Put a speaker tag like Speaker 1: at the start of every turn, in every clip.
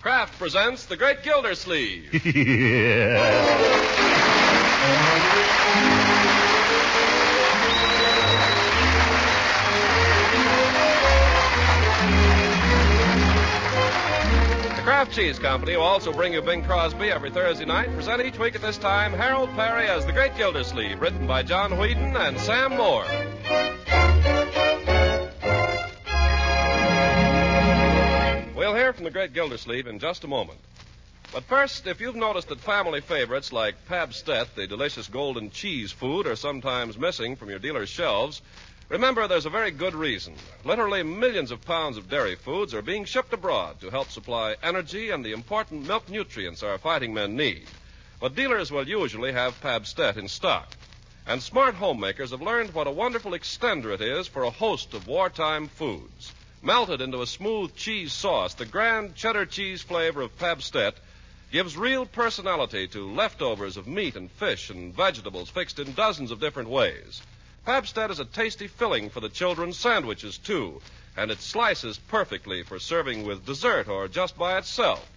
Speaker 1: Kraft presents The Great Gildersleeve. The Kraft Cheese Company will also bring you Bing Crosby every Thursday night. Present each week at this time Harold Perry as The Great Gildersleeve, written by John Whedon and Sam Moore. We'll hear from The Great Gildersleeve in just a moment. But first, if you've noticed that family favorites like Pabstet, the delicious golden cheese food, are sometimes missing from your dealer's shelves, remember there's a very good reason. Literally millions of pounds of dairy foods are being shipped abroad to help supply energy and the important milk nutrients our fighting men need. But dealers will usually have Pabstet in stock. And smart homemakers have learned what a wonderful extender it is for a host of wartime foods. Melted into a smooth cheese sauce, the grand cheddar cheese flavor of Pabstet gives real personality to leftovers of meat and fish and vegetables fixed in dozens of different ways. Pabstet is a tasty filling for the children's sandwiches, too, and it slices perfectly for serving with dessert or just by itself.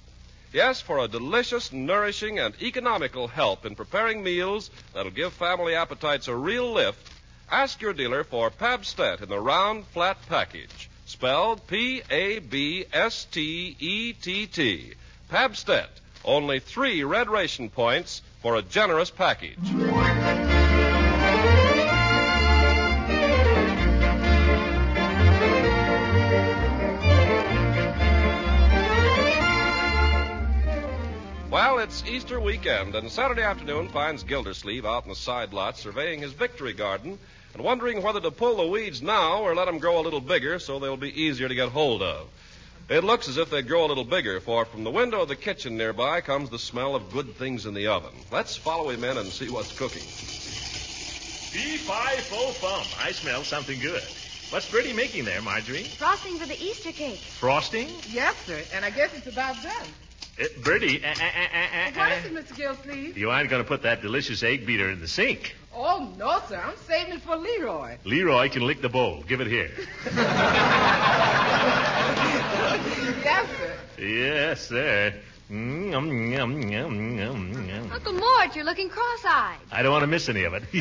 Speaker 1: Yes, for a delicious, nourishing, and economical help in preparing meals that'll give family appetites a real lift, ask your dealer for Pabstet in the round, flat package. Spelled P A B S T E T T. Pabstet. Only three red ration points for a generous package. Well, it's Easter weekend, and Saturday afternoon finds Gildersleeve out in the side lot surveying his victory garden and wondering whether to pull the weeds now or let them grow a little bigger so they'll be easier to get hold of. It looks as if they'd grow a little bigger, for from the window of the kitchen nearby comes the smell of good things in the oven. Let's follow him in and see what's cooking.
Speaker 2: Fee-fi-fo-fum. I smell something good. What's Bertie making there, Marjorie?
Speaker 3: Frosting for the Easter cake.
Speaker 2: Frosting?
Speaker 4: Yes, sir. And I guess it's about done.
Speaker 2: Uh, Bertie. uh, uh, uh, uh,
Speaker 4: What
Speaker 2: uh.
Speaker 4: is it, Mr. Gildersleeve?
Speaker 2: You aren't going to put that delicious egg beater in the sink.
Speaker 4: Oh, no, sir. I'm saving it for Leroy.
Speaker 2: Leroy can lick the bowl. Give it here.
Speaker 4: yes, sir.
Speaker 2: yes, sir. Mm, yum, yum, yum, yum, yum.
Speaker 3: Uncle Mort, you're looking cross-eyed.
Speaker 2: I don't want to miss any of it. uh,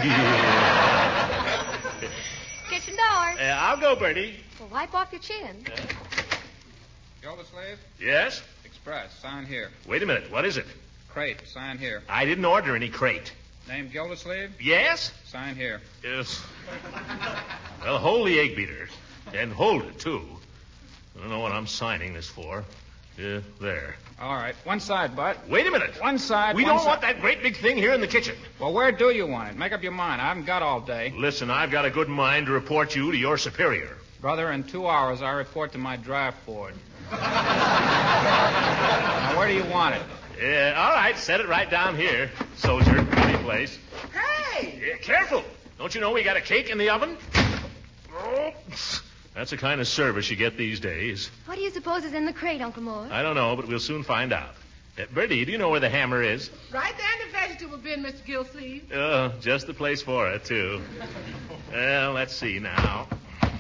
Speaker 3: Kitchen door.
Speaker 2: I'll go, Bertie.
Speaker 3: Well, wipe off your chin.
Speaker 5: Gildersleeve,
Speaker 2: Yes?
Speaker 5: Express, sign here.
Speaker 2: Wait a minute. What is it?
Speaker 5: Crate, sign here.
Speaker 2: I didn't order any crate.
Speaker 5: Name Gildersleeve,
Speaker 2: Yes?
Speaker 5: sign here.
Speaker 2: Yes. Well, hold the egg beater. And hold it, too. I don't know what I'm signing this for. Yeah, there.
Speaker 5: All right, one side, Bud.
Speaker 2: Wait a minute.
Speaker 5: One side.
Speaker 2: we
Speaker 5: one
Speaker 2: don't
Speaker 5: si-
Speaker 2: want that great big thing here in the kitchen.
Speaker 5: Well, where do you want it? Make up your mind. I haven't got all day,
Speaker 2: Listen, I've got a good mind to report you to your superior.
Speaker 5: brother. In two hours, I report to my draft board. now, where do you want it?
Speaker 2: Yeah, Uh, all right, set it right down here, soldier. Any place.
Speaker 4: Hey!
Speaker 2: Yeah, careful. Don't you know we got a cake in the oven? Oh, that's the kind of service you get these days.
Speaker 3: What do you suppose is in the crate, Uncle Mort?
Speaker 2: I don't know, but we'll soon find out. Uh, Bertie, do you know where the hammer is?
Speaker 4: Right there in the vegetable bin, Mr. Gildersleeve.
Speaker 2: Oh, just the place for it, too. Well, let's see now.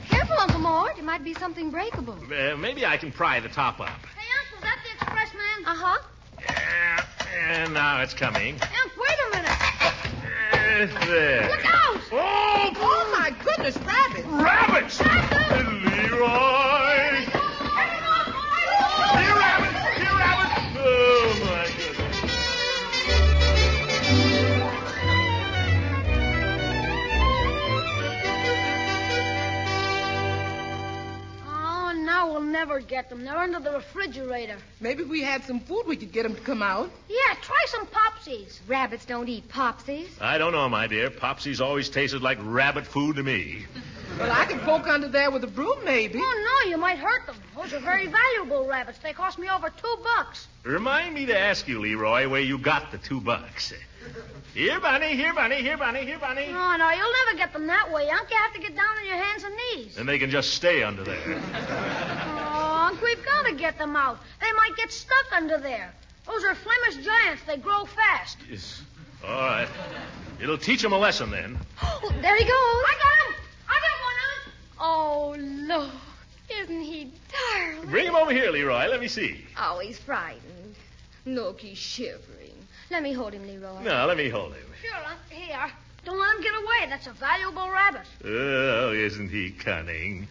Speaker 3: Careful, Uncle Mort. It might be something breakable.
Speaker 2: Uh, maybe I can pry the top up.
Speaker 3: Hey, Uncle, is that the express man? Uh-huh.
Speaker 2: Yeah, and Eh, now it's coming.
Speaker 3: Unc, wait a minute.
Speaker 2: Uh, there.
Speaker 3: Look out!
Speaker 2: Oh,
Speaker 4: Oh, my goodness, rabbit.
Speaker 2: rabbits! Leroy! Here, rabbit! Here, rabbit! Oh, my goodness.
Speaker 6: Oh, now we'll never get them. They're under the refrigerator.
Speaker 4: Maybe if we had some food, we could get him to come out.
Speaker 6: Yeah, try some popsies.
Speaker 3: Rabbits don't eat popsies.
Speaker 2: I don't know, my dear. Popsies always tasted like rabbit food to me.
Speaker 4: Well, I could poke under there with a broom, maybe.
Speaker 6: Oh, no, you might hurt them. Those are very valuable rabbits. They cost me over two bucks.
Speaker 2: Remind me to ask you, Leroy, where you got the two bucks. Here, Bunny, here, Bunny, here, Bunny, here, Bunny.
Speaker 6: Oh, No, no, you'll never get them that way, Unc. You have to get down on your hands and knees.
Speaker 2: And they can just stay under there.
Speaker 6: Oh, Unc, we've got to get them out. They might get stuck under there. Those are Flemish giants. They grow fast.
Speaker 2: Yes. All right. It'll teach him a lesson then.
Speaker 3: Oh, there he goes.
Speaker 6: I got him. I got one, Unc.
Speaker 3: Oh, look. Isn't he darling?
Speaker 2: Bring him over here, Leroy. Let me see.
Speaker 3: Oh, he's frightened. Look, he's shivering. Let me hold him, Leroy.
Speaker 2: Now, let me hold him.
Speaker 6: Sure, uh, here. Don't let him get away. That's a valuable rabbit.
Speaker 2: Oh, isn't he cunning?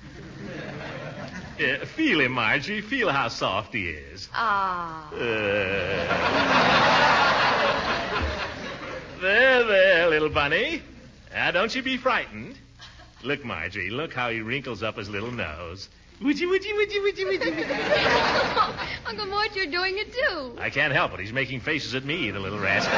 Speaker 2: Yeah, feel him, Margie. Feel how soft he is.
Speaker 3: Ah.
Speaker 2: Uh. there, there, little bunny. Now, don't you be frightened. Look, Margie, look how he wrinkles up his little nose. Would you, would you, would you, would you, would you?
Speaker 3: Uncle Mort, you're doing it too.
Speaker 2: I can't help it. He's making faces at me, the little rascal.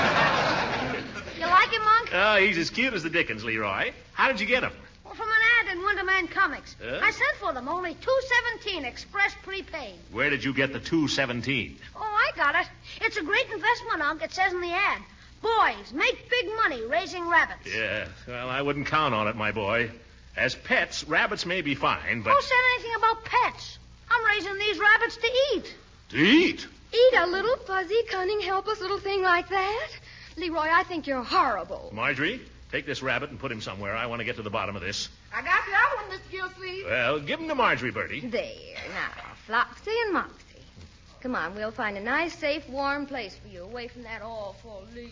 Speaker 6: You like him, Monk?
Speaker 2: Oh, he's as cute as the Dickens, Leroy. How did you get him?
Speaker 6: Well, from an ad in Wonderman Comics.
Speaker 2: Huh?
Speaker 6: I sent for them. Only two seventeen express prepaid.
Speaker 2: Where did you get the 217?
Speaker 6: Oh, I got it. It's a great investment, Unc. It says in the ad. Boys, make big money raising rabbits.
Speaker 2: Yeah, well, I wouldn't count on it, my boy. As pets, rabbits may be fine, but
Speaker 6: Who said anything about pets? I'm raising these rabbits to eat.
Speaker 2: to eat.
Speaker 3: Eat a little fuzzy, cunning, helpless little thing like that? Leroy, I think you're horrible.
Speaker 2: Marjorie, take this rabbit and put him somewhere. I want to get to the bottom of this.
Speaker 4: I got the other one, Miss Gilsleeve.
Speaker 2: Well, give him to Marjorie, Bertie.
Speaker 3: There, now, Flopsy and Mopsy. Come on, we'll find a nice, safe, warm place for you, away from that awful Leroy.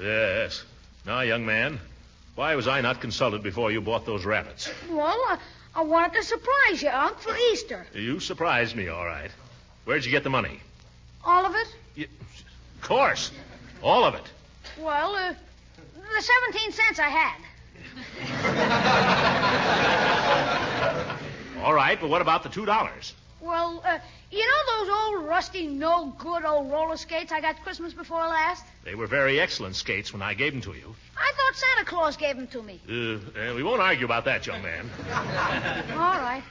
Speaker 2: Yes. Now, young man, why was I not consulted before you bought those rabbits?
Speaker 6: Well, uh, I wanted to surprise you, Unc, for Easter.
Speaker 2: You surprised me, all right. Where'd you get the money?
Speaker 6: All of it?
Speaker 2: You... Of course. All of it.
Speaker 6: Well, uh, the 17 cents I had.
Speaker 2: All right, but what about the $2?
Speaker 6: Well, uh, you know those old rusty, no good old roller skates I got Christmas before last?
Speaker 2: They were very excellent skates when I gave them to you.
Speaker 6: I thought Santa Claus gave them to me.
Speaker 2: Uh, uh, we won't argue about that, young man.
Speaker 6: All right.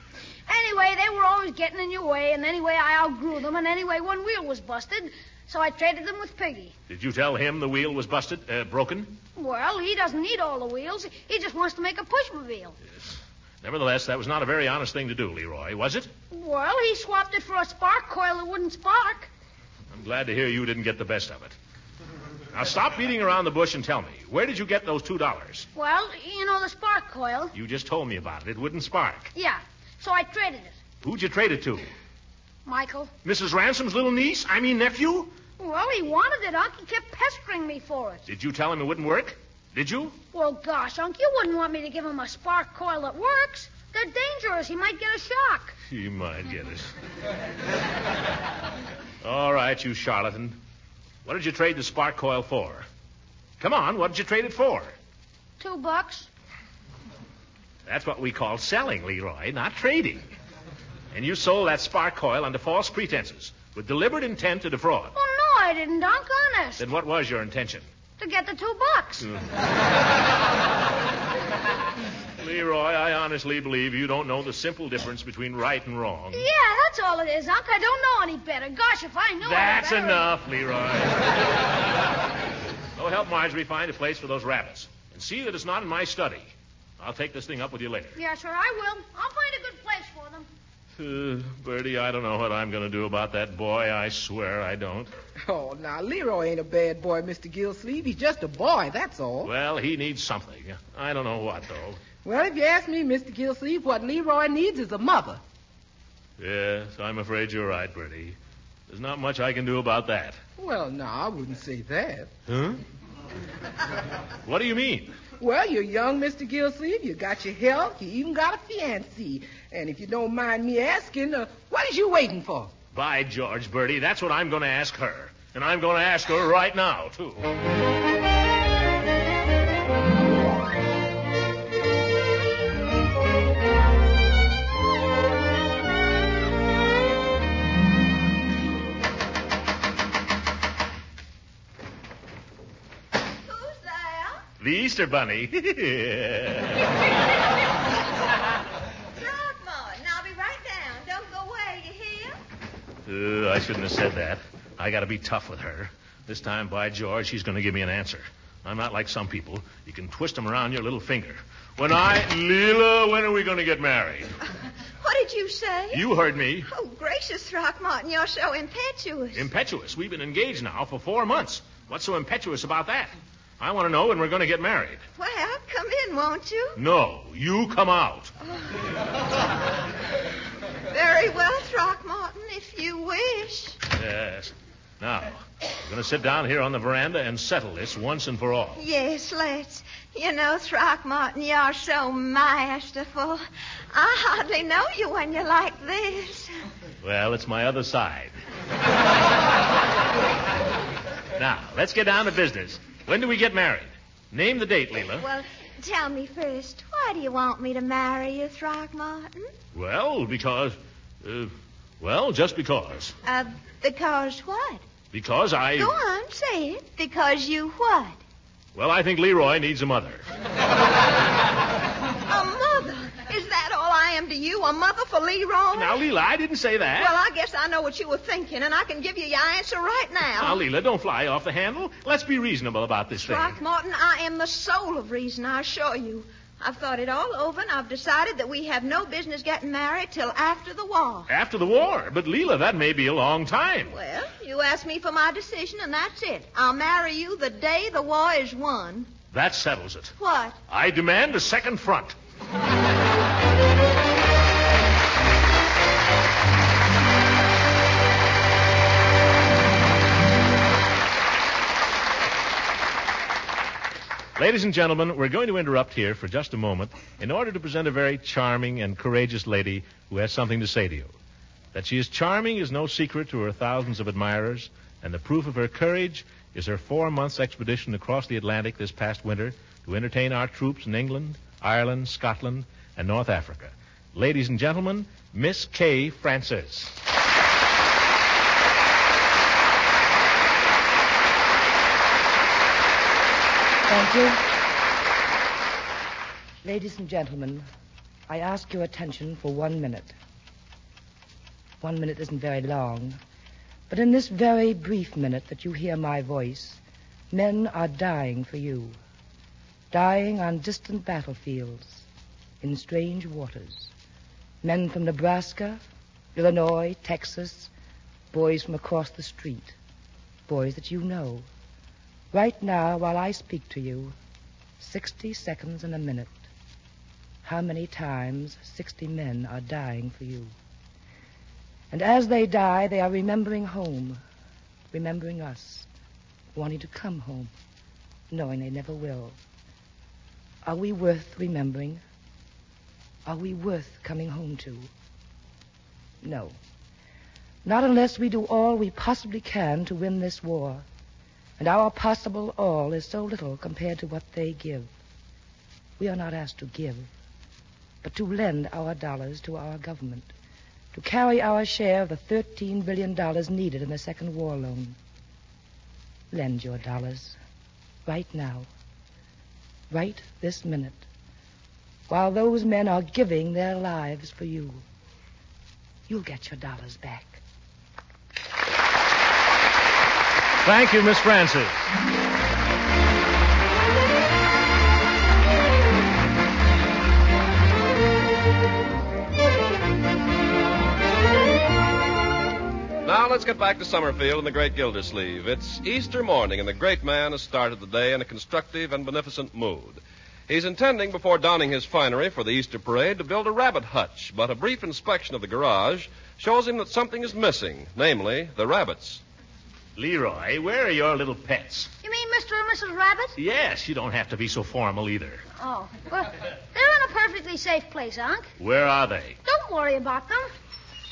Speaker 6: Anyway, they were always getting in your way, and anyway, I outgrew them, and anyway, one wheel was busted, so I traded them with Piggy.
Speaker 2: Did you tell him the wheel was busted, uh, broken?
Speaker 6: Well, he doesn't need all the wheels. He just wants to make a pushmobile.
Speaker 2: Nevertheless, that was not a very honest thing to do, Leroy, was it?
Speaker 6: Well, he swapped it for a spark coil that wouldn't spark.
Speaker 2: I'm glad to hear you didn't get the best of it. Now stop beating around the bush and tell me, where did you get those two dollars?
Speaker 6: Well, you know the spark coil.
Speaker 2: You just told me about it. It wouldn't spark.
Speaker 6: Yeah. So I traded it.
Speaker 2: Who'd you trade it to?
Speaker 6: Michael.
Speaker 2: Mrs. Ransom's little niece? I mean nephew?
Speaker 6: Well, he wanted it, Unc. He kept pestering me for it.
Speaker 2: Did you tell him it wouldn't work? Did you?
Speaker 6: Well, gosh, Unc, you wouldn't want me to give him a spark coil that works. They're dangerous. He might get a shock.
Speaker 2: You might get it. All right, you charlatan. What did you trade the spark coil for? Come on, what did you trade it for?
Speaker 6: Two bucks.
Speaker 2: That's what we call selling, Leroy, not trading. And you sold that spark coil under false pretenses, with deliberate intent to defraud.
Speaker 6: Oh, no, I didn't, Unc. Honest.
Speaker 2: Then what was your intention? Hmm.
Speaker 6: To get the two bucks.
Speaker 2: Leroy, I honestly believe you don't know the simple difference between right and wrong.
Speaker 6: Yeah, that's all it is, Unc. I don't know any better. Gosh, if I knew
Speaker 2: That's
Speaker 6: any better...
Speaker 2: enough, Leroy. Go help Marjorie find a place for those rabbits. And see that it's not in my study. I'll take this thing up with you later.
Speaker 6: Yeah, sure, I will. I'll find a good place for them.
Speaker 2: Uh, Bertie, I don't know what I'm going to do about that boy. I swear I don't.
Speaker 4: Oh, now, Leroy ain't a bad boy, Mr. Gilsleeve. He's just a boy, that's all.
Speaker 2: Well, he needs something. I don't know what, though.
Speaker 4: Well, if you ask me, Mr. Gilsleeve, what Leroy needs is a mother.
Speaker 2: Yes, I'm afraid you're right, Bertie. There's not much I can do about that.
Speaker 4: Well, no, I wouldn't say that.
Speaker 2: Huh? what do you mean?
Speaker 4: Well, you're young, Mr. Gilsleeve. You got your health. You even got a fiancé. And if you don't mind me asking, uh, what is you waiting for?
Speaker 2: By George, Bertie, that's what I'm going to ask her. And I'm going to ask her right now, too.
Speaker 3: Who's there?
Speaker 2: The Easter Bunny.
Speaker 3: Throckmorton, I'll be right down. Don't go away, you hear?
Speaker 2: Uh, I shouldn't have said that. I got to be tough with her. This time, by George, she's going to give me an answer. I'm not like some people. You can twist 'em around your little finger. When I. Leela, when are we going to get married?
Speaker 7: What did you say?
Speaker 2: You heard me.
Speaker 7: Oh, gracious, Throckmorton, you're so impetuous.
Speaker 2: Impetuous. We've been engaged now for four months. What's so impetuous about that? I want to know when we're going to get married.
Speaker 7: well, come in, won't you?
Speaker 2: No, you come out.
Speaker 7: Very well, Throckmorton, if you wish.
Speaker 2: Yes. Now, we're going to sit down here on the veranda and settle this once and for all.
Speaker 7: Yes, let's. You know, Throckmorton, you're so masterful. I hardly know you when you're like this.
Speaker 2: Well, it's my other side. now, let's get down to business. When do we get married? Name the date, Leela.
Speaker 7: Well, tell me first, why do you want me to marry you, Throckmorton?
Speaker 2: Well, because. Uh, well, just because.
Speaker 7: Uh, because what?
Speaker 2: Because I.
Speaker 7: Go on, say it. Because you what?
Speaker 2: Well, I think Leroy needs a mother.
Speaker 7: A mother. Is that all I am to you? A mother for Leroy?
Speaker 2: Now, Leela, I didn't say that.
Speaker 7: Well, I guess I know what you were thinking, and I can give you your answer right
Speaker 2: Now,
Speaker 7: now.
Speaker 2: Leela, don't fly off the handle. Let's be reasonable about this thing.
Speaker 7: Throckmorton, I am the soul of reason, I assure you. I've thought it all over, and I've decided that we have no business getting married till after the war.
Speaker 2: After the war. But, Leela, that may be a long time.
Speaker 7: Well, you asked me for my decision, and that's it. I'll marry you the day the war is won.
Speaker 2: That settles it.
Speaker 7: What?
Speaker 2: I demand a second front. Ladies and gentlemen, we're going to interrupt here for just a moment in order to present a very charming and courageous lady who has something to say to you. That she is charming is no secret to her thousands of admirers, and the proof of her courage is her four months' expedition across the Atlantic this past winter to entertain our troops in England, Ireland, Scotland, and North Africa. Ladies and gentlemen, Miss Kay Francis.
Speaker 8: Thank you. Ladies and gentlemen, I ask your attention for one minute. One minute isn't very long, but in this very brief minute that you hear my voice, men are dying for you. Dying on distant battlefields, in strange waters. Men from Nebraska, Illinois, Texas, boys from across the street, boys that you know. Right now, while I speak to you, 60 seconds in a minute. How many times 60 men are dying for you? And as they die, they are remembering home, remembering us, wanting to come home, knowing they never will. Are we worth remembering? Are we worth coming home to? No. Not unless we do all we possibly can to win this war and our possible all is so little compared to what they give. We are not asked to give, but to lend our dollars to our government, to carry our share of the $13 billion needed in the Second War Loan. Lend your dollars right now, right this minute, while those men are giving their lives for you. You'll get your dollars back.
Speaker 2: Thank you, Miss Francis.
Speaker 1: Now let's get back to Summerfield and the great Gildersleeve. It's Easter morning, and the great man has started the day in a constructive and beneficent mood. He's intending, before donning his finery for the Easter parade, to build a rabbit hutch, but a brief inspection of the garage shows him that something is missing, namely, the rabbits.
Speaker 2: Leroy, where are your little pets?
Speaker 6: You mean Mr. and Mrs. Rabbit?
Speaker 2: Yes, you don't have to be so formal either.
Speaker 6: Oh, well, they're in a perfectly safe place, Unc.
Speaker 2: Where are they?
Speaker 6: Don't worry about them.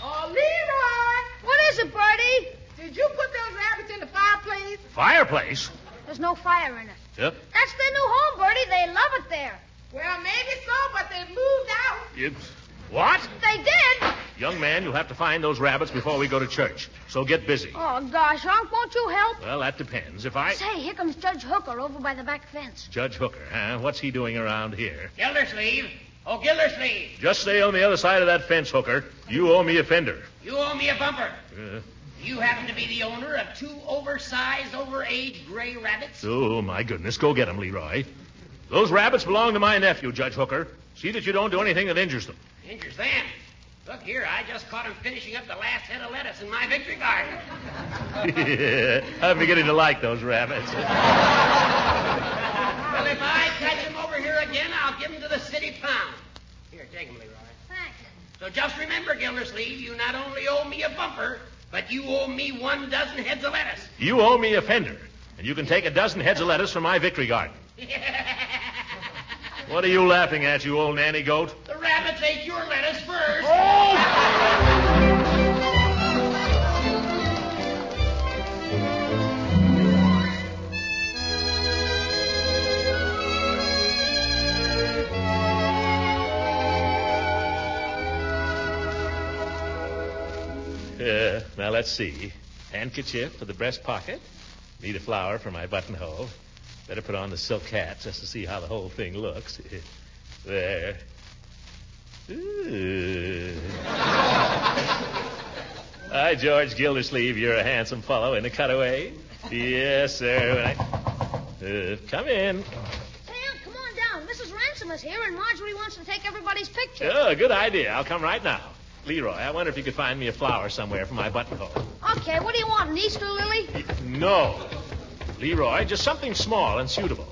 Speaker 4: Oh, Leroy!
Speaker 6: What is it, Bertie?
Speaker 4: Did you put those rabbits in the fireplace?
Speaker 2: Fireplace?
Speaker 6: There's no fire in it.
Speaker 2: Yep.
Speaker 6: That's their new home, Bertie. They love it there.
Speaker 4: Well, maybe so, but they moved out.
Speaker 2: Yep. What?
Speaker 6: They did.
Speaker 2: Young man, you'll have to find those rabbits before we go to church. So get busy.
Speaker 6: Oh, gosh, Unc, won't you help?
Speaker 2: Well, that depends. If I.
Speaker 6: Say, here comes Judge Hooker over by the back fence.
Speaker 2: Judge Hooker, huh? What's he doing around here?
Speaker 9: Gildersleeve. Oh, Gildersleeve,
Speaker 2: Just stay on the other side of that fence, Hooker. You owe me a fender.
Speaker 9: you owe me a bumper.
Speaker 2: Uh,
Speaker 9: You happen to be the owner of two oversized, overage gray rabbits.
Speaker 2: oh, my goodness. Go get 'em, Leroy. Those rabbits belong to my nephew, Judge Hooker. See that you don't do anything that injures them.
Speaker 9: Injures them. Look here, I just caught him finishing up the last head of lettuce in my victory garden.
Speaker 2: I'm beginning to like those rabbits.
Speaker 9: Well, if I catch him over here again, I'll give him to the city pound. Here, take him, Leroy.
Speaker 6: Thanks.
Speaker 9: So just remember, Gildersleeve, you not only owe me a bumper, but you owe me one dozen heads of lettuce.
Speaker 2: You owe me a fender, and you can take a dozen heads of lettuce from my victory garden. What are you laughing at, you old nanny goat?
Speaker 9: The rabbits ate your lettuce first.
Speaker 2: Uh, now let's see. Handkerchief for the breast pocket. Need a flower for my buttonhole. Better put on the silk hat just to see how the whole thing looks. there. Ooh. Hi, George Gildersleeve. You're a handsome fellow in a cutaway. Yes, sir. When I- Uh, come in.
Speaker 6: Sam, come on down. Mrs. Ransom is here, and Marjorie wants to take everybody's picture.
Speaker 2: Oh, good idea. I'll come right now. Leroy, I wonder if you could find me a flower somewhere for my buttonhole.
Speaker 6: Okay, what do you want, an Easter lily?
Speaker 2: No. Leroy, just something small and suitable.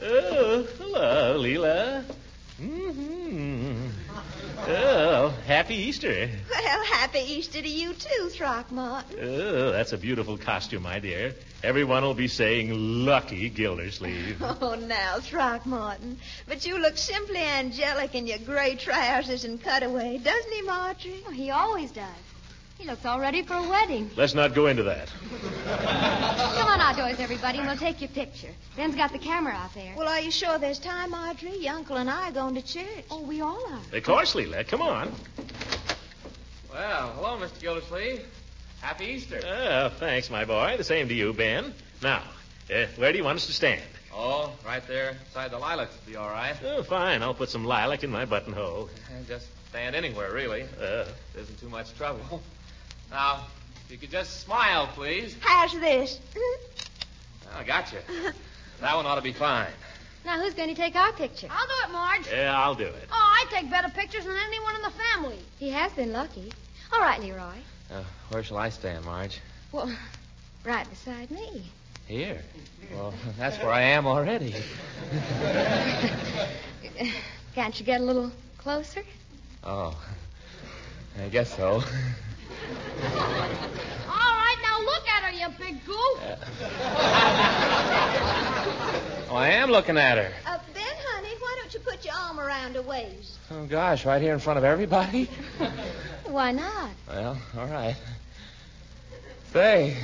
Speaker 2: Oh, hello, Leela. hmm Oh, happy Easter.
Speaker 7: Well, happy Easter to you, too, Throckmorton.
Speaker 2: Oh, that's a beautiful costume, my dear. Everyone will be saying, Lucky Gildersleeve.
Speaker 7: Oh, now, Throckmorton. But you look simply angelic in your gray trousers and cutaway, doesn't he,
Speaker 10: Oh,
Speaker 7: Marjorie?
Speaker 6: he always does.
Speaker 10: He looks all ready for a wedding.
Speaker 2: Let's not go into that.
Speaker 10: Come on outdoors, everybody, and we'll take your picture. Ben's got the camera out there.
Speaker 7: Well, are you sure there's time, Audrey? Your uncle and I are going to church.
Speaker 10: Oh, we all are.
Speaker 2: Of course, Leela. Come on.
Speaker 5: Well, hello, Mr. Gildersleeve. Happy Easter.
Speaker 2: Oh, thanks, my boy. The same to you, Ben. Now, uh, where do you want us to stand?
Speaker 5: Oh, right there beside the lilacs would be all right.
Speaker 2: Oh, fine. I'll put some lilac in my buttonhole.
Speaker 5: Just stand anywhere, really.
Speaker 2: Uh,
Speaker 5: Isn't too much trouble. Now, if you could just smile, please.
Speaker 7: How's this?
Speaker 5: I gotcha. That one ought to be fine.
Speaker 10: Now, who's going to take our picture?
Speaker 6: I'll do it, Marge.
Speaker 2: yeah, I'll do it.
Speaker 6: Oh, I take better pictures than anyone in the family.
Speaker 10: He has been lucky. All right, Leroy.
Speaker 5: Uh, where shall I stand, Marge?
Speaker 10: Well, right beside me.
Speaker 5: Here. Well, that's where I am already.
Speaker 10: Can't you get a little closer?
Speaker 5: Oh. I guess so.
Speaker 6: All right, now look at her, you big goof.
Speaker 5: Oh, I am looking at her.
Speaker 7: Uh, Ben, honey, why don't you put your arm around her waist?
Speaker 5: Oh, gosh, right here in front of everybody?
Speaker 10: Why not?
Speaker 5: Well, all right. Say,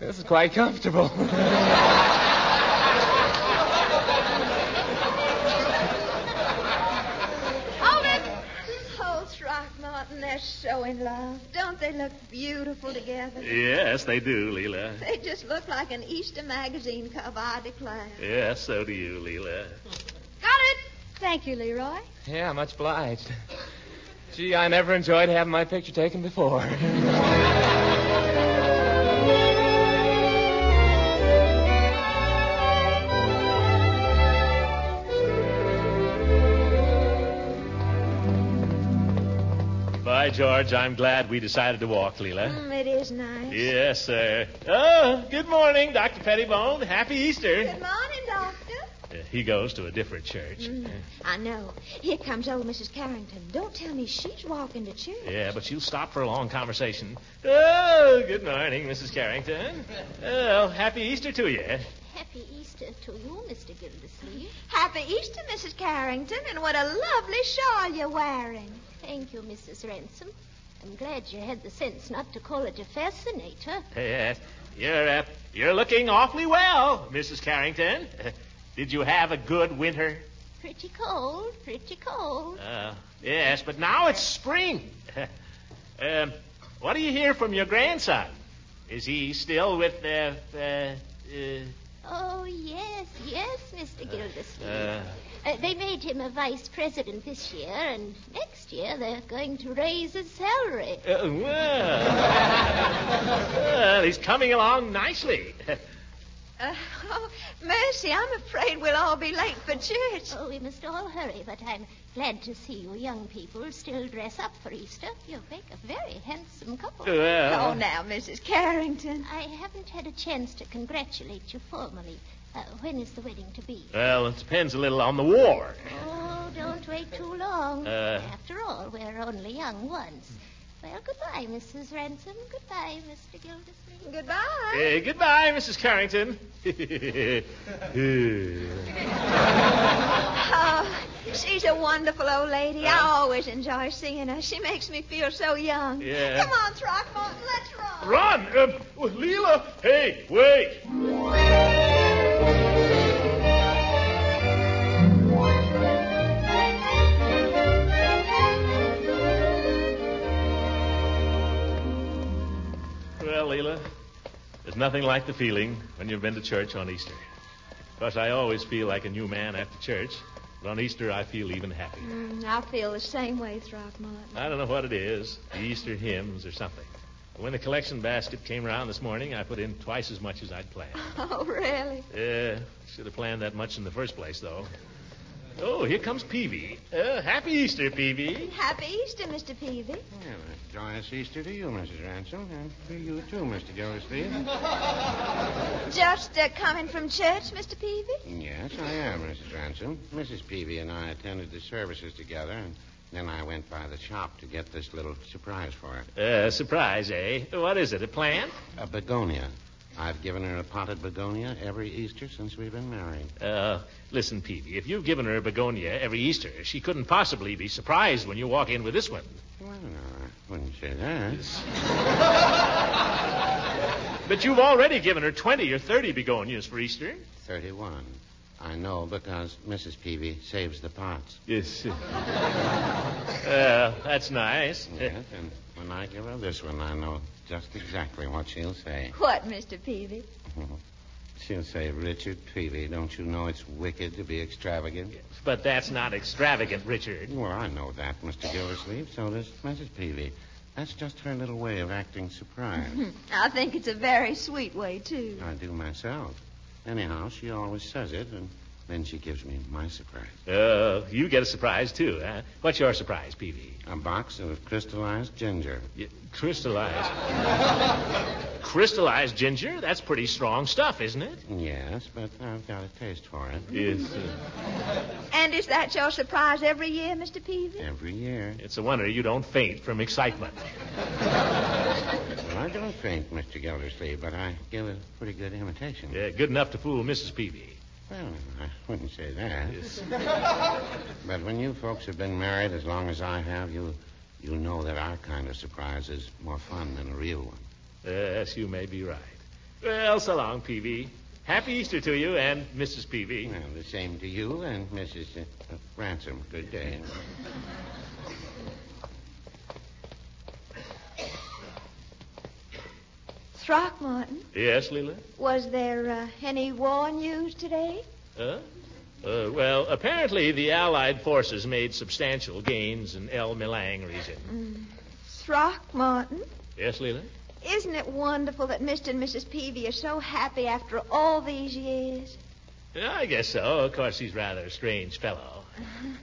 Speaker 5: this is quite comfortable.
Speaker 6: Hold it.
Speaker 7: Oh, Throckmorton, they're so in love. Don't they look beautiful together?
Speaker 2: Yes, they do, Leela.
Speaker 7: They just look like an Easter magazine cover, I declare.
Speaker 2: Yes, so do you, Leela.
Speaker 6: Got it.
Speaker 10: Thank you, Leroy.
Speaker 5: yeah, much obliged. Gee, I never enjoyed having my picture taken before.
Speaker 2: By George, I'm glad we decided to walk, Leela.
Speaker 7: Mm, it is nice.
Speaker 2: Yes, sir. Oh, good morning, Dr. Pettibone. Happy Easter.
Speaker 7: Good morning, Doctor.
Speaker 2: Uh, he goes to a different church.
Speaker 7: Mm, I know. Here comes old Mrs. Carrington. Don't tell me she's walking to church.
Speaker 2: Yeah, but you'll stop for a long conversation. Oh, good morning, Mrs. Carrington. Oh, happy Easter to you.
Speaker 10: Happy Easter to you, Mr. Gildersleeve.
Speaker 7: Happy Easter, Mrs. Carrington, and what a lovely shawl you're wearing.
Speaker 10: Thank you, Mrs. Ransom. I'm glad you had the sense not to call it a fascinator.
Speaker 2: Yes, you're uh, you're looking awfully well, Mrs. Carrington. Did you have a good winter?
Speaker 10: Pretty cold, pretty cold.
Speaker 2: Uh, yes, but now it's spring. um, what do you hear from your grandson? Is he still with uh, the? Uh,
Speaker 10: Oh, yes, yes, Mr.
Speaker 2: uh,
Speaker 10: Gildersleeve.
Speaker 2: uh,
Speaker 10: Uh, they made him a vice president this year, and next year they're going to raise his salary.
Speaker 2: uh, well. well, he's coming along nicely.
Speaker 7: Uh, oh, mercy, I'm afraid we'll all be late for church.
Speaker 10: Oh, we must all hurry, but I'm glad to see you young people still dress up for Easter. You make a very handsome couple.
Speaker 7: Well- Oh, now, Mrs. Carrington.
Speaker 10: I haven't had a chance to congratulate you formally. Uh, when is the wedding to be?
Speaker 2: Well, it depends a little on the war.
Speaker 10: Oh, don't wait too long.
Speaker 2: Uh.
Speaker 10: After all, we're only young once. Well, goodbye, Mrs. Ransom. Goodbye, Mr. Gildersleeve.
Speaker 7: Goodbye.
Speaker 2: Eh, goodbye, Mrs. Carrington. Eh.
Speaker 7: Oh, she's a wonderful old lady. I always enjoy seeing her. She makes me feel so young.
Speaker 2: Yeah.
Speaker 7: Come on, Throckmorton, let's run.
Speaker 2: Run! Uh, Leela! Hey, wait! Well, Leela, there's nothing like the feeling when you've been to church on Easter. Of course, I always feel like a new man after church, but on Easter I feel even happier.
Speaker 7: Mm, I feel the same way, Throckmorton.
Speaker 2: I don't know what it is, the Easter hymns or something. But when the collection basket came around this morning, I put in twice as much as I'd planned.
Speaker 7: Oh, really?
Speaker 2: Uh, should have planned that much in the first place, though. Oh, here comes Peavy. Uh, happy Easter, Peavy.
Speaker 7: Happy Easter, Mr. Peavy.
Speaker 11: Well, a joyous Easter to you, Mrs. Ransom, and to you too, Mr. Gildersleeve.
Speaker 7: Just uh, coming from church, Mr. Peavy?
Speaker 11: yes, I am, Mrs. Ransom. Mrs. Peavy and I attended the services together, and then I went by the shop to get this little surprise for her.
Speaker 2: Uh, surprise, eh? What is it, a plant?
Speaker 11: A begonia. I've given her a potted begonia every Easter since we've been married.
Speaker 2: Uh, listen, Peavy, if you've given her a begonia every Easter, she couldn't possibly be surprised when you walk in with this one.
Speaker 11: Well, no, I wouldn't say that.
Speaker 2: But you've already given her 20 or 30 begonias for Easter.
Speaker 11: 31. I know because Mrs. Peavy saves the pots.
Speaker 2: Yes. Uh, that's nice.
Speaker 11: Yes, and when I give her this one, I know just exactly what she'll say.
Speaker 7: What, Mr. Peavy?
Speaker 11: She'll say, Richard Peavy, don't you know it's wicked to be extravagant?
Speaker 2: But that's not extravagant, Richard.
Speaker 11: Well, I know that, Mr. Gildersleeve. So does Mrs. Peavy. That's just her little way of acting surprised.
Speaker 7: Hmm, I think it's a very sweet way, too.
Speaker 11: I do myself. Anyhow, she always says it, and then she gives me my surprise.
Speaker 2: Uh, you get a surprise, too, huh? What's your surprise, Peavy?
Speaker 11: A box of crystallized ginger.
Speaker 2: crystallized. crystallized ginger? That's pretty strong stuff, isn't it?
Speaker 11: Yes, but I've got a taste for it.
Speaker 2: Yes. uh,
Speaker 7: And is that your surprise every year, Mr. Peavy?
Speaker 11: Every year.
Speaker 2: It's a wonder you don't faint from excitement.
Speaker 11: Well, I don't faint, Mr. Gildersleeve, but I give a pretty good imitation.
Speaker 2: Yeah, good enough to fool Mrs. Peavy.
Speaker 11: Well, I wouldn't say that. But when you folks have been married as long as I have, you you know that our kind of surprise is more fun than a real one.
Speaker 2: Yes, you may be right. Well, so long, Peavy. Happy Easter to you and Mrs. Peavy.
Speaker 11: Well, the same to you and Mrs. uh, Ransom. Good day.
Speaker 7: Throckmorton,
Speaker 2: Yes, Leela?
Speaker 7: was there uh, any war news today?
Speaker 2: Huh? Uh, well, apparently the Allied forces made substantial gains in El Milang region.
Speaker 7: Throckmorton,
Speaker 2: Yes, Leela?
Speaker 7: isn't it wonderful that Mr. and Mrs. Peavy are so happy after all these years?
Speaker 2: Yeah, I guess so. Of course, he's rather a strange fellow.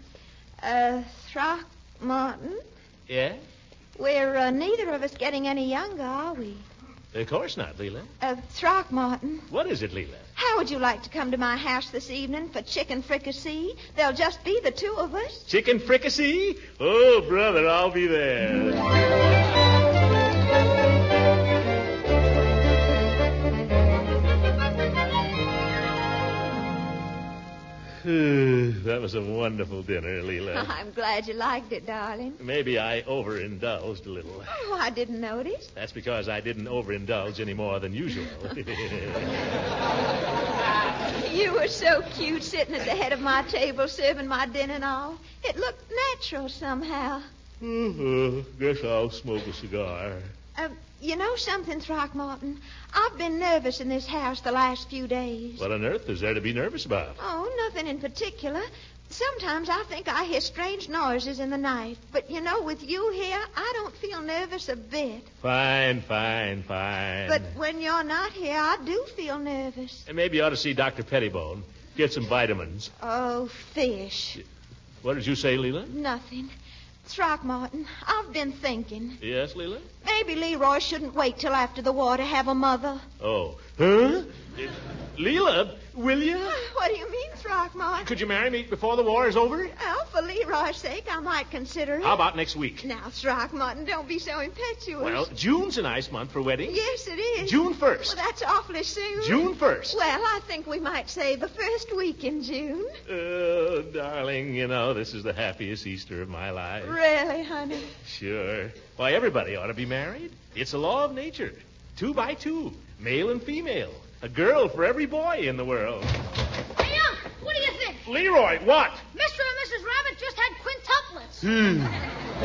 Speaker 7: Uh, Throckmorton,
Speaker 2: Yeah?
Speaker 7: we're uh, neither of us getting any younger, are we?
Speaker 2: Of course not, Leela.
Speaker 7: Uh, Throckmorton,
Speaker 2: What is it, Leela?
Speaker 7: how would you like to come to my house this evening for chicken fricassee? There'll just be the two of us.
Speaker 2: Chicken fricassee? Oh, brother, I'll be there. that was a wonderful dinner, Leela.
Speaker 7: I'm glad you liked it, darling.
Speaker 2: Maybe I overindulged a little.
Speaker 7: Oh, I didn't notice.
Speaker 2: That's because I didn't overindulge any more than usual.
Speaker 7: You were so cute sitting at the head of my table serving my dinner and all. It looked natural somehow.
Speaker 2: Guess I'll smoke a cigar.
Speaker 7: Uh, you know something, Throckmorton? I've been nervous in this house the last few days.
Speaker 2: What on earth is there to be nervous about?
Speaker 7: Oh, nothing in particular. Sometimes I think I hear strange noises in the night, but you know, with you here, I don't feel nervous a bit.
Speaker 2: Fine, fine, fine.
Speaker 7: But when you're not here, I do feel nervous.
Speaker 2: And maybe you ought to see Dr. Pettibone. Get some vitamins.
Speaker 7: Oh, fish.
Speaker 2: What did you say, Leela?
Speaker 7: Nothing. Throckmorton, I've been thinking.
Speaker 2: Yes, Leela?
Speaker 7: Maybe Leroy shouldn't wait till after the war to have a mother.
Speaker 2: Oh. Huh? Uh, Leela, will you?
Speaker 7: Ah, What do you mean, Throckmorton?
Speaker 2: Could you marry me before the war is over?
Speaker 7: Well, for Leroy's sake, I might consider it.
Speaker 2: How about next week?
Speaker 7: Now, Throckmorton, don't be so impetuous.
Speaker 2: Well, June's a nice month for weddings.
Speaker 7: Yes, it is.
Speaker 2: June 1st.
Speaker 7: Well, that's awfully soon.
Speaker 2: June 1st.
Speaker 7: Well, I think we might say the first week in June.
Speaker 2: Oh, darling, you know, this is the happiest Easter of my life.
Speaker 7: Really, honey?
Speaker 2: Sure. Why, everybody ought to be married. It's a law of nature. Two by two, male and female. A girl for every boy in the world.
Speaker 6: Hey, Unc, what do you think?
Speaker 2: Leroy, what?
Speaker 6: Mr. and Mrs. Rabbit just had quintuplets.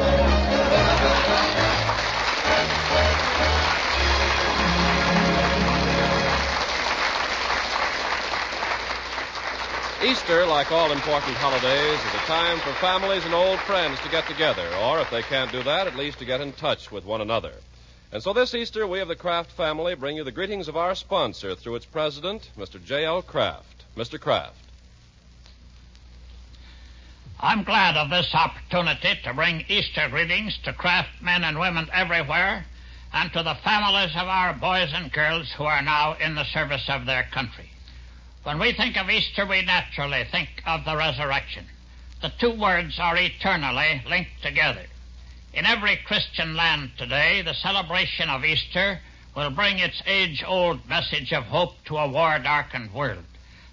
Speaker 1: Easter, like all important holidays, is a time for families and old friends to get together, or if they can't do that, at least to get in touch with one another. And so this Easter, we of the Kraft family bring you the greetings of our sponsor through its president, Mr. J.L. Kraft. Mr. Kraft.
Speaker 12: I'm glad of this opportunity to bring Easter greetings to craftsmen and women everywhere and to the families of our boys and girls who are now in the service of their country. When we think of Easter, we naturally think of the resurrection. The two words are eternally linked together. In every Christian land today, the celebration of Easter will bring its age old message of hope to a war darkened world.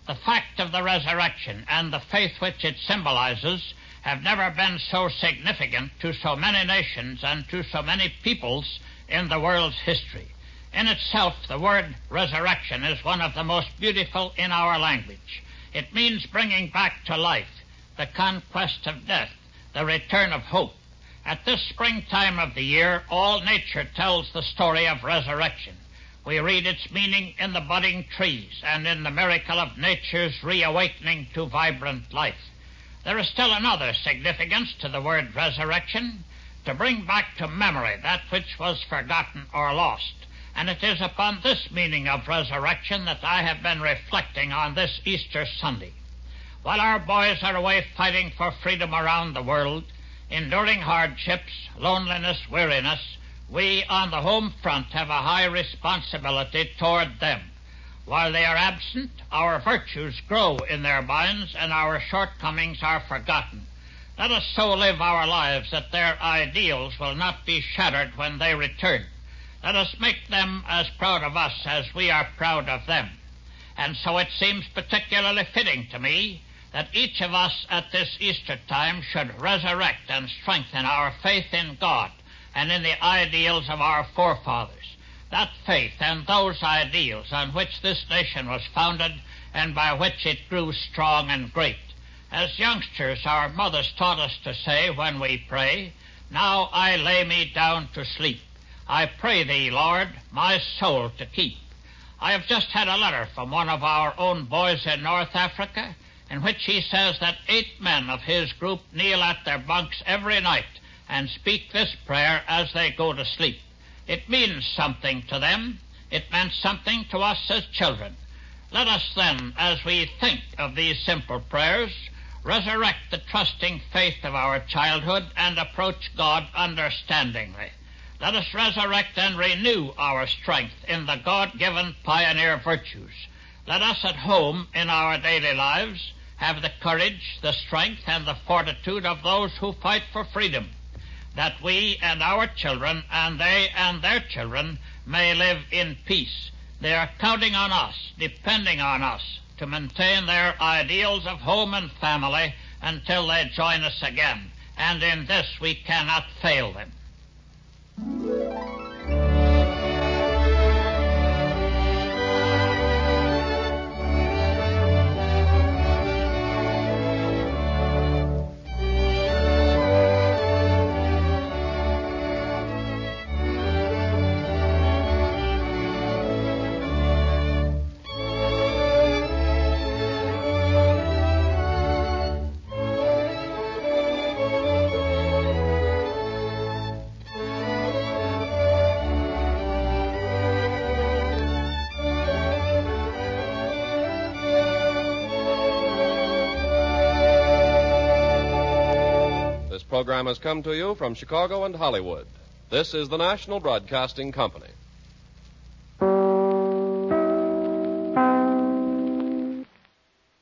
Speaker 12: The fact of the resurrection and the faith which it symbolizes have never been so significant to so many nations and to so many peoples in the world's history. In itself, the word resurrection is one of the most beautiful in our language. It means bringing back to life, the conquest of death, the return of hope. At this springtime of the year, all nature tells the story of resurrection. We read its meaning in the budding trees and in the miracle of nature's reawakening to vibrant life. There is still another significance to the word resurrection to bring back to memory that which was forgotten or lost. And it is upon this meaning of resurrection that I have been reflecting on this Easter Sunday. While our boys are away fighting for freedom around the world, enduring hardships, loneliness, weariness, we on the home front have a high responsibility toward them. While they are absent, our virtues grow in their minds and our shortcomings are forgotten. Let us so live our lives that their ideals will not be shattered when they return. Let us make them as proud of us as we are proud of them. And so it seems particularly fitting to me that each of us at this Easter time should resurrect and strengthen our faith in God and in the ideals of our forefathers. That faith and those ideals on which this nation was founded and by which it grew strong and great. As youngsters, our mothers taught us to say when we pray, Now I lay me down to sleep. I pray thee, Lord, my soul to keep. I have just had a letter from one of our own boys in North Africa in which he says that eight men of his group kneel at their bunks every night and speak this prayer as they go to sleep. It means something to them. It meant something to us as children. Let us then, as we think of these simple prayers, resurrect the trusting faith of our childhood and approach God understandingly. Let us resurrect and renew our strength in the God given pioneer virtues. Let us at home in our daily lives have the courage, the strength, and the fortitude of those who fight for freedom, that we and our children and they and their children may live in peace. They are counting on us, depending on us, to maintain their ideals of home and family until they join us again. And in this we cannot fail them.
Speaker 1: program has come to you from Chicago and Hollywood. This is the National Broadcasting Company.